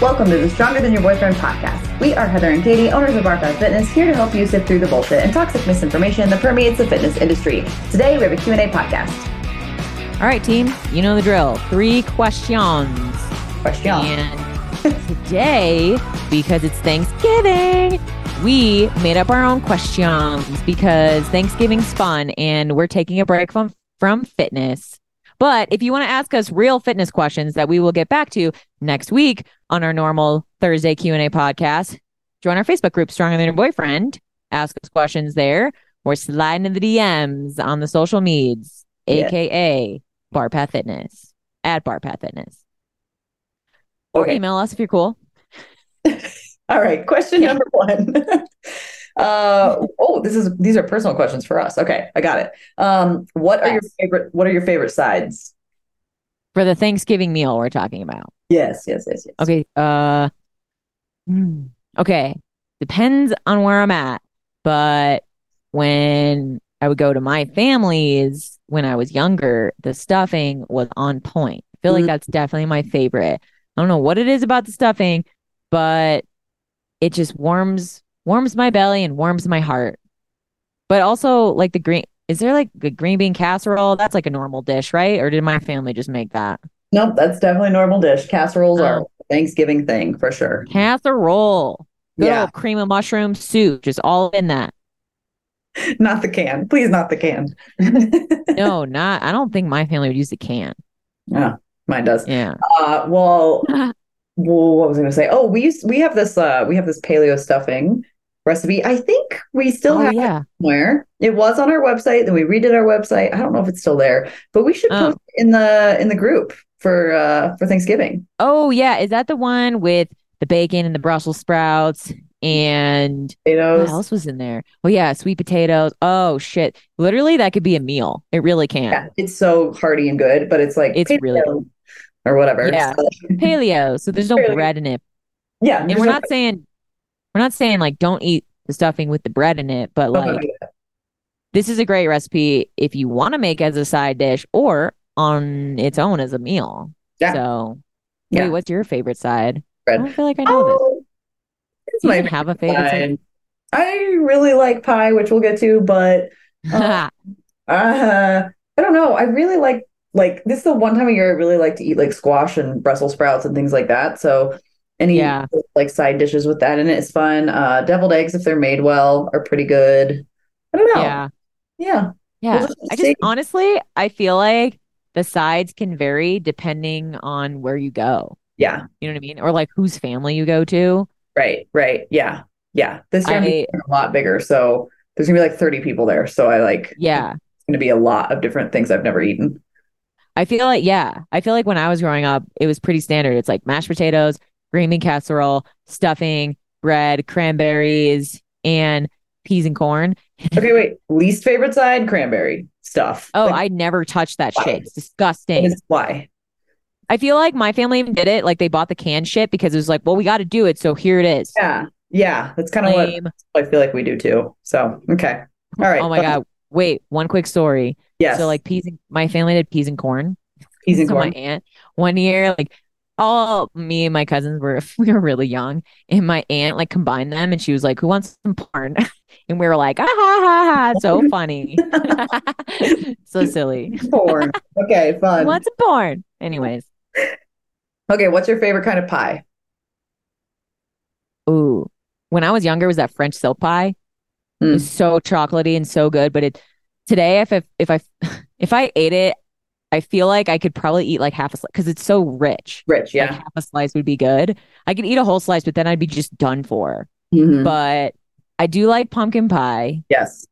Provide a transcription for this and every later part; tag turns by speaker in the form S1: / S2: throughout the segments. S1: Welcome to the Stronger Than Your Boyfriend podcast. We are Heather and Katie, owners of Barfaz Fitness, here to help you sift through the bullshit and toxic misinformation that permeates the fitness industry. Today, we have a Q&A podcast.
S2: All right, team, you know the drill. Three questions.
S1: Question.
S2: And today, because it's Thanksgiving, we made up our own questions because Thanksgiving's fun and we're taking a break from, from fitness. But if you want to ask us real fitness questions that we will get back to next week on our normal Thursday Q&A podcast, join our Facebook group Stronger Than Your Boyfriend. Ask us questions there or slide into the DMs on the social medias,
S1: Yeah.
S2: aka Bar Path Fitness, at Bar Path Fitness. Or
S1: Okay.
S2: email us if you're cool.
S1: All right. Question number one. uh, oh, this is these are personal questions for us. Okay, I got it. Um, what are your
S2: Yes.
S1: favorite? What are your favorite sides?
S2: For the Thanksgiving meal we're talking about.
S1: Yes, yes, yes, yes.
S2: Okay. Uh hmm, okay. Depends on where I'm at. But when I would go to my family's when I was younger, the stuffing was on point. I feel like
S1: Mm.
S2: that's definitely my favorite. I don't know what it is about the stuffing, but it just warms warms my belly and warms my heart. But also like the green is there like the green bean casserole? That's like a normal dish, right? Or did my family just make that?
S1: Nope, that's definitely a normal dish. Casseroles are
S2: Oh.
S1: a Thanksgiving thing for sure.
S2: Casserole. Good
S1: Yeah,
S2: old cream of mushroom soup, just all in that.
S1: not the can. Please, not the can.
S2: No, not. I don't think my family would use the can.
S1: Mine does.
S2: Yeah.
S1: Uh, well, well, what was I going to say? Oh, we used we have this uh we have this paleo stuffing recipe. I think we still
S2: Oh
S1: have
S2: yeah.
S1: it somewhere. It was on our website, then we redid our website. I don't know if it's still there, but we should
S2: Oh.
S1: post it in the in the group for uh for Thanksgiving.
S2: Oh yeah. Is that the one with the bacon and the Brussels sprouts and what
S1: Potatoes.
S2: else was in there? Oh yeah, sweet potatoes. Oh shit. Literally, that could be a meal. It really can.
S1: Yeah, it's so hearty and good, but it's like
S2: It's really
S1: paleo or whatever.
S2: Yeah.
S1: So,
S2: Paleo. So there's no
S1: Paleo.
S2: bread in it.
S1: yeah,
S2: And
S1: there's
S2: we're
S1: no-
S2: not saying we're not saying like don't eat the stuffing with the bread in it, but
S1: Uh-huh.
S2: like this is a great recipe if you want to make as a side dish or on its own as a meal.
S1: Yeah.
S2: So,
S1: Yeah.
S2: wait, what's your favorite side?
S1: Bread.
S2: I don't feel like I know this.
S1: Oh, it's
S2: Do you
S1: my
S2: even have a favorite side?
S1: side. I really like pie, which we'll get to, but
S2: Ha.
S1: Uh, I don't know. I really like like this is the one time of year I really like to eat like squash and Brussels sprouts and things like that. So any
S2: Yeah.
S1: like side dishes with that in it is fun. Uh, deviled eggs if they're made well are pretty good. I don't know.
S2: yeah.
S1: Yeah.
S2: Yeah.
S1: Oh, We'll just
S2: I
S1: see.
S2: just honestly, I feel like the sides can vary depending on where you go.
S1: Yeah.
S2: You know what I mean? Or like whose family you go to.
S1: Right. Right. Yeah. Yeah. This year I'm
S2: I
S1: a lot bigger, so there's gonna be like 30 people there. So I like
S2: yeah.
S1: it's gonna be a lot of different things I've never eaten.
S2: I feel like yeah, I feel like when I was growing up, it was pretty standard. It's like mashed potatoes, green bean casserole, stuffing, bread, cranberries, and peas and corn.
S1: Okay, wait. Least favorite side, cranberry stuff.
S2: Oh,
S1: Like,
S2: I never touched that
S1: Why?
S2: shit. It's disgusting.
S1: why?
S2: I feel like my family even did it. Like they bought the canned shit because it was like, well, we got to do it, so here it is.
S1: Yeah. Yeah. That's kind of what
S2: Lame.
S1: I feel like we do too. So, okay. All right.
S2: Oh my god. Wait, one quick story.
S1: Yes.
S2: So like peas and my family did peas and corn.
S1: peas and
S2: so
S1: corn.
S2: my aunt one year like all me and my cousins were we were really young and my aunt like combined them and she was like who wants some porn and we were like ah, ha ha ha so funny so silly
S1: Corn. Okay,
S2: who
S1: fun.
S2: wants some porn anyways
S1: Okay, what's your favorite kind of pie?
S2: ooh when I was younger it was that French silk pie it
S1: Mm.
S2: was so chocolatey and so good but it today if I, if I if I ate it I feel like I could probably eat like half a slice because it's so rich
S1: Rich,
S2: like
S1: yeah.
S2: half a slice would be good I could eat a whole slice but then I'd be just done for
S1: Mhm.
S2: but I do like pumpkin pie.
S1: Yes.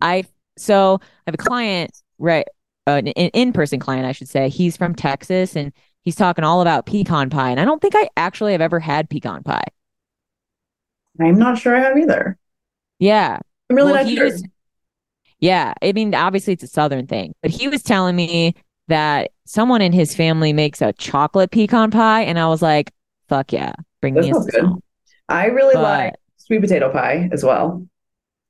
S2: I so I have a client right uh, an in person client I should say. He's from Texas and he's talking all about pecan pie and I don't think I actually have ever had pecan pie.
S1: I'm not sure I have either.
S2: Yeah.
S1: I'm really
S2: Well,
S1: not
S2: he
S1: sure.
S2: was- yeah. I mean, obviously it's a southern thing, but he was telling me that someone in his family makes a chocolate pecan pie and I was like, fuck yeah, bring
S1: That
S2: me a
S1: sounds good.
S2: some.
S1: I really like
S2: But
S1: sweet potato pie as well.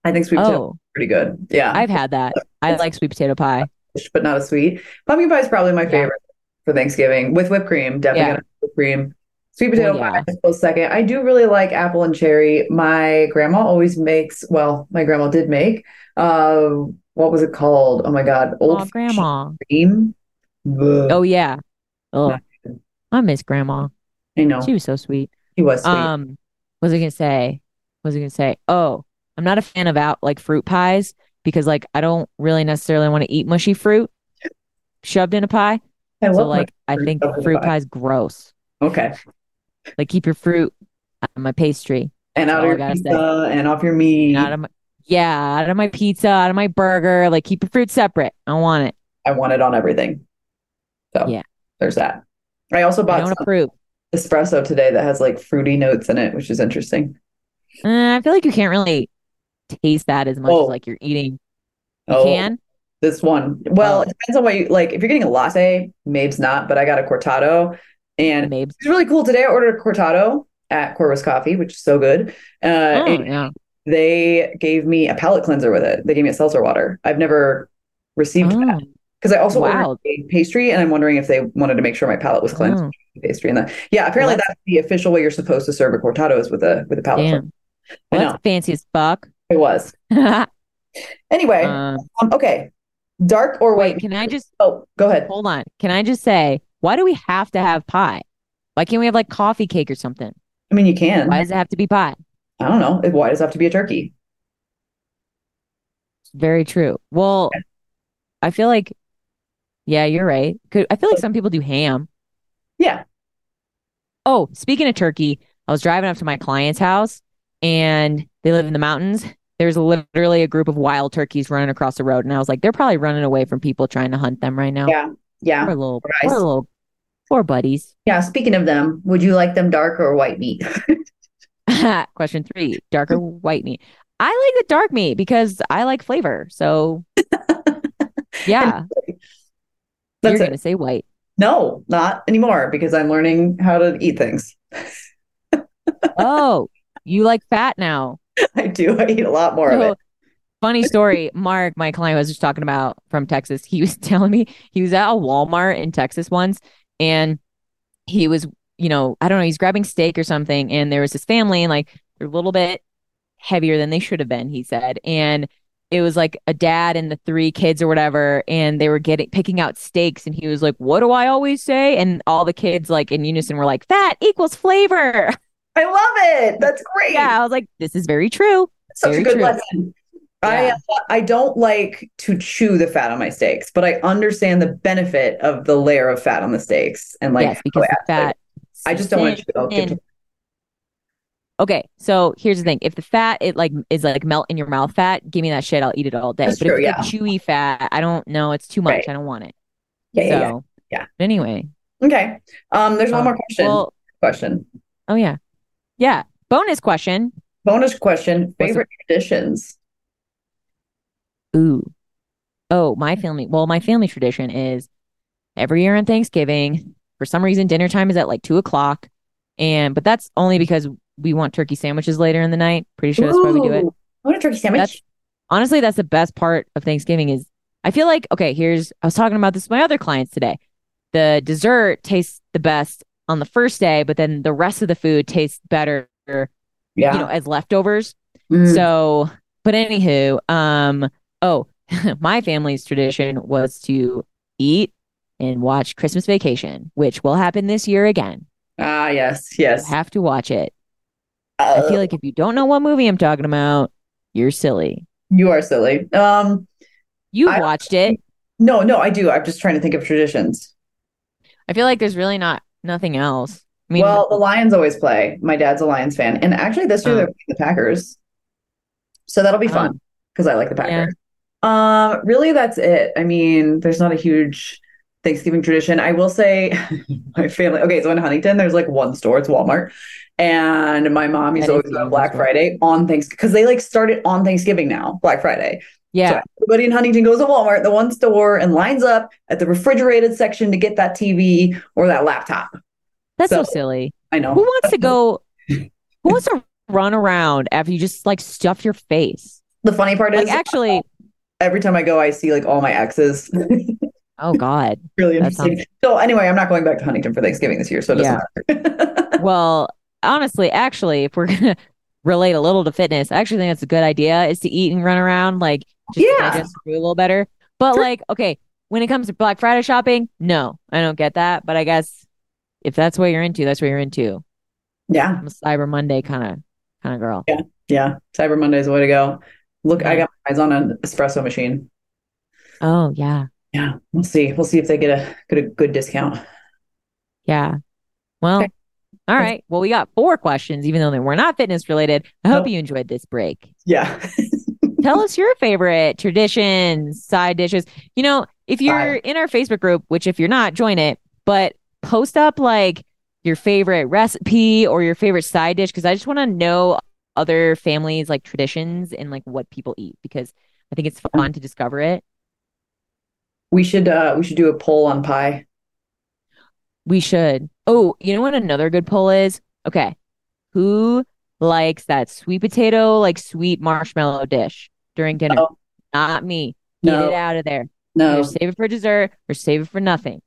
S1: I think sweet potato
S2: oh,
S1: is pretty good. Yeah.
S2: I've had that. I like sweet potato pie.
S1: but not as sweet. Pumpkin pie is probably my
S2: Yeah.
S1: favorite for Thanksgiving with whipped cream. Definitely
S2: Yeah.
S1: gonna have whipped cream. Sweet potato
S2: Well, yeah.
S1: pie is close second. I do really like apple and cherry. My grandma always makes, well, my grandma did make, uh, what was it called? Oh my God. Old
S2: Oh, grandma.
S1: cream. Ugh.
S2: Oh yeah. Oh,
S1: Not good.
S2: I miss grandma.
S1: I know.
S2: She was so sweet.
S1: He was sweet.
S2: Um, what was I gonna say? What was I gonna say? Oh, I'm not a fan of out like fruit pies because like I don't really necessarily want to eat mushy fruit shoved in a pie.
S1: I
S2: So
S1: love my-
S2: like I
S1: fruit
S2: think
S1: shoved in a
S2: fruit
S1: pie.
S2: pie's gross.
S1: okay.
S2: Like keep your fruit out of my pastry.
S1: And out of
S2: all I
S1: your
S2: gotta say.
S1: pizza and off your meat.
S2: Out of my yeah, out of my pizza, out of my burger. Like keep your fruit separate. I don't want it.
S1: I want it on everything. So
S2: Yeah.
S1: there's that. I also
S2: I
S1: bought
S2: don't
S1: some
S2: approve.
S1: espresso today that has like fruity notes in it, which is interesting.
S2: Uh, I feel like you can't really taste that as much
S1: Oh.
S2: as like you're eating. You can.
S1: This one. Well,
S2: Oh.
S1: it depends on what you like. If you're getting a latte, Mabe's not, but I got a cortado and
S2: Maybe.
S1: it's really cool. Today I ordered a cortado at Corvus Coffee, which is so good. Uh,
S2: Oh,
S1: and
S2: yeah.
S1: they gave me a palate cleanser with it. They gave me a seltzer water. I've never received
S2: Oh,
S1: that because I also
S2: Wow.
S1: ordered a pastry and I'm wondering if they wanted to make sure my palate was cleansed
S2: oh,
S1: with pastry and that. Yeah, apparently
S2: Well,
S1: that's the official way you're supposed to serve a cortado is with a with a palate cleanser.
S2: damn.
S1: I
S2: Well,
S1: know.
S2: that's fancy as fuck.
S1: It was. Anyway,
S2: Um,
S1: um, okay. Dark or white?
S2: wait, can I just
S1: Oh, go ahead.
S2: hold on? Can I just say, why do we have to have pie? Why can't we have like coffee cake or something?
S1: I mean, you can.
S2: Why does it have to be pie?
S1: I don't know. Why does it have to be a turkey?
S2: Very true. Well, I feel like, yeah, you're right. Could, I feel like some people do ham.
S1: Yeah.
S2: Oh, speaking of turkey, I was driving up to my client's house and they live in the mountains. There's literally a group of wild turkeys running across the road. And I was like, they're probably running away from people trying to hunt them right now.
S1: Yeah. Yeah.
S2: Poor little,
S1: Right.
S2: poor little, poor buddies.
S1: Yeah. Speaking of them, would you like them dark or white meat?
S2: Question three, dark or white meat? I like the dark meat because I like flavor. So, yeah,
S1: That's
S2: you're
S1: it.
S2: going to say white.
S1: No, not anymore because I'm learning how to eat things.
S2: Oh, you like fat now.
S1: I do. I eat a lot more of
S2: So,
S1: it.
S2: funny story. Mark, my client was just talking about from Texas. He was telling me he was at a Walmart in Texas once and he was, you know, I don't know, he's grabbing steak or something. And there was his family and like they're a little bit heavier than they should have been, he said. And it was like a dad and the three kids or whatever. And they were getting picking out steaks. And he was like, What do I always say? And all the kids, like in unison, were like, Fat equals flavor.
S1: I love it. That's great.
S2: Yeah. I was like, This is very true.
S1: Such a
S2: very
S1: good
S2: true.
S1: lesson. I
S2: Yeah.
S1: uh, I don't like to chew the fat on my steaks, but I understand the benefit of the layer of fat on the steaks and like
S2: yes, because
S1: how
S2: the
S1: it adds
S2: fat.
S1: flavor. Oh, I just don't want to chew. I'll give
S2: in. Okay, so here's the thing: if the fat it like is like melt in your mouth fat, give me that shit. I'll eat it all day.
S1: That's
S2: but if
S1: true,
S2: it's like chewy fat, I don't know. It's too much.
S1: Right.
S2: I don't want it.
S1: yeah, yeah,
S2: so
S1: yeah.
S2: But anyway,
S1: yeah. Okay. Um, there's one
S2: Um,
S1: more question.
S2: well,
S1: question.
S2: oh yeah, yeah. Bonus question.
S1: Bonus question.
S2: What's
S1: Favorite traditions.
S2: Ooh, oh my family. Well, my family tradition is every year on Thanksgiving. For some reason, dinner time is at like two o'clock, and but that's only because we want turkey sandwiches later in the night. Pretty sure that's why we do it.
S1: Ooh, I want a turkey sandwich.
S2: That's- honestly that's the best part of thanksgiving is i feel like okay here's i was talking about this with my other clients today the dessert tastes the best on the first day but then the rest of the food tastes better
S1: yeah.
S2: you know as leftovers
S1: Mm.
S2: so but anywho um oh my family's tradition was to eat and watch christmas vacation which will happen this year again
S1: Ah, yes,
S2: you
S1: yes. Uh,
S2: have to watch it i feel like if you don't know what movie i'm talking about you're silly
S1: you are silly. Um,
S2: you
S1: I-
S2: have watched it
S1: no, no, I do. I'm just trying to think of traditions.
S2: I feel like there's really not nothing else. I mean,
S1: well, the Lions always play. My dad's a Lions fan, and actually this year
S2: Oh.
S1: they're playing the Packers, so that'll be
S2: Oh.
S1: fun because I like the
S2: Yeah.
S1: Packers. Um, really, that's it. I mean, there's not a huge Thanksgiving tradition. I will say, my family. Okay, so in Huntington, there's like one store. It's Walmart, and my mom used to
S2: That is
S1: always
S2: the
S1: go to
S2: only
S1: Black
S2: store.
S1: Friday on Thanksgiving because they like started on Thanksgiving now, Black Friday.
S2: yeah,
S1: So everybody in Huntington goes to Walmart, the one store, and lines up at the refrigerated section to get that TV or that laptop.
S2: that's so,
S1: so-
S2: silly.
S1: I know.
S2: Who wants to go? Who wants to run around after you just like stuff your face?
S1: The funny part is,
S2: Like, actually,
S1: every time I go, I see like all my exes.
S2: oh god,
S1: really
S2: That
S1: interesting. So anyway, I'm not going back to Huntington for Thanksgiving this year, so it doesn't matter.
S2: Well, honestly, actually, if we're gonna relate a little to fitness, I actually think that's a good idea is to eat and run around, like just to
S1: Yeah.
S2: digest food a little better. But
S1: Sure.
S2: like, okay, when it comes to Black Friday shopping, no, I don't get that. But I guess if that's what you're into, that's what you're into.
S1: Yeah.
S2: I'm a Cyber Monday kind of kind of girl.
S1: Yeah. Cyber Monday's the way to go. Look, I got my eyes on an espresso machine.
S2: Oh yeah,
S1: Yeah. We'll see. We'll see if they get a get a good discount.
S2: yeah. Well,
S1: Okay.
S2: all right. Well, we got four questions, even though they were not fitness related. I hope
S1: Oh.
S2: you enjoyed this break.
S1: Yeah.
S2: tell us your favorite traditions, side dishes. You know, if you're
S1: Fire.
S2: in our Facebook group, which if you're not, join it, but post up like your favorite recipe or your favorite side dish because I just want to know other families like traditions and like what people eat because I think it's fun to discover it.
S1: We should uh we should do a poll on pie.
S2: We should. Oh, you know what another good poll is? Okay. Who likes that sweet potato like sweet marshmallow dish during dinner?
S1: Oh.
S2: Not me. Get it
S1: No,
S2: out of there.
S1: no.
S2: Either save it for dessert or save it for nothing.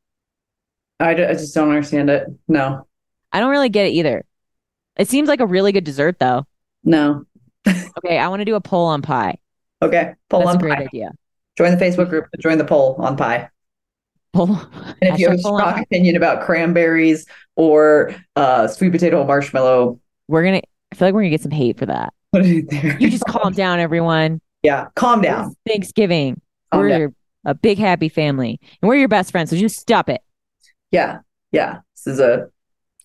S1: I, ju- I just don't understand it. No.
S2: I don't really get it either. It seems like a really good dessert though.
S1: No.
S2: Okay, I want to do a poll on pie.
S1: Okay. Poll
S2: That's a
S1: on
S2: great
S1: pie.
S2: idea.
S1: Join the Facebook group and join the poll on pie.
S2: Poll.
S1: And if you
S2: hashtag
S1: have a
S2: poll on
S1: strong
S2: pie.
S1: opinion about cranberries or uh sweet potato marshmallow,
S2: We're gonna. I feel like we're gonna get some hate for that.
S1: put it in there.
S2: You just calm down, everyone.
S1: Yeah. Calm
S2: It's
S1: down.
S2: Thanksgiving.
S1: Calm
S2: we're
S1: down.
S2: a big happy family, and we're your best friends. So just stop it.
S1: Yeah. Yeah. This is a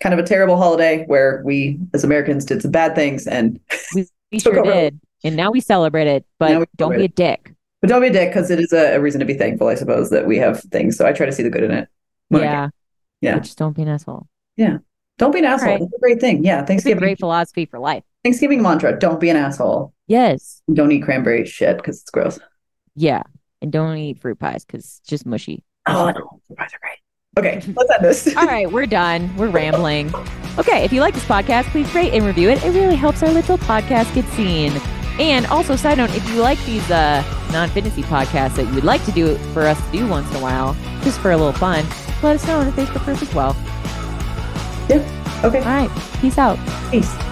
S1: kind of a terrible holiday where we as Americans did some bad things and
S2: We
S1: Took
S2: sure
S1: over.
S2: did, and now we celebrate it.
S1: Now we
S2: But don't be a dick.
S1: but don't be a dick because it is a, a reason to be thankful, I suppose, that we have things. So I try to see the good in it. when I can.
S2: Yeah.
S1: Yeah.
S2: But just don't be an asshole.
S1: Don't be an asshole.
S2: right.
S1: That's a great thing. Yeah.
S2: It's a
S1: Thanksgiving
S2: great philosophy for life.
S1: Thanksgiving mantra. Don't be an asshole.
S2: Yes.
S1: Don't eat cranberry shit because it's gross.
S2: Yeah. And don't eat fruit pies because it's just mushy.
S1: Oh no. Surprise, surprise. Okay, let's end this.
S2: All right, we're done. We're rambling. Okay, if you like this podcast, please rate and review it. It really helps our little podcast get seen. And also, side note, if you like these uh, non-fantasy podcasts that you would like to do for us to do once in a while, just for a little fun, let us know on the Facebook group as well.
S1: Okay.
S2: All right, peace out.
S1: Peace.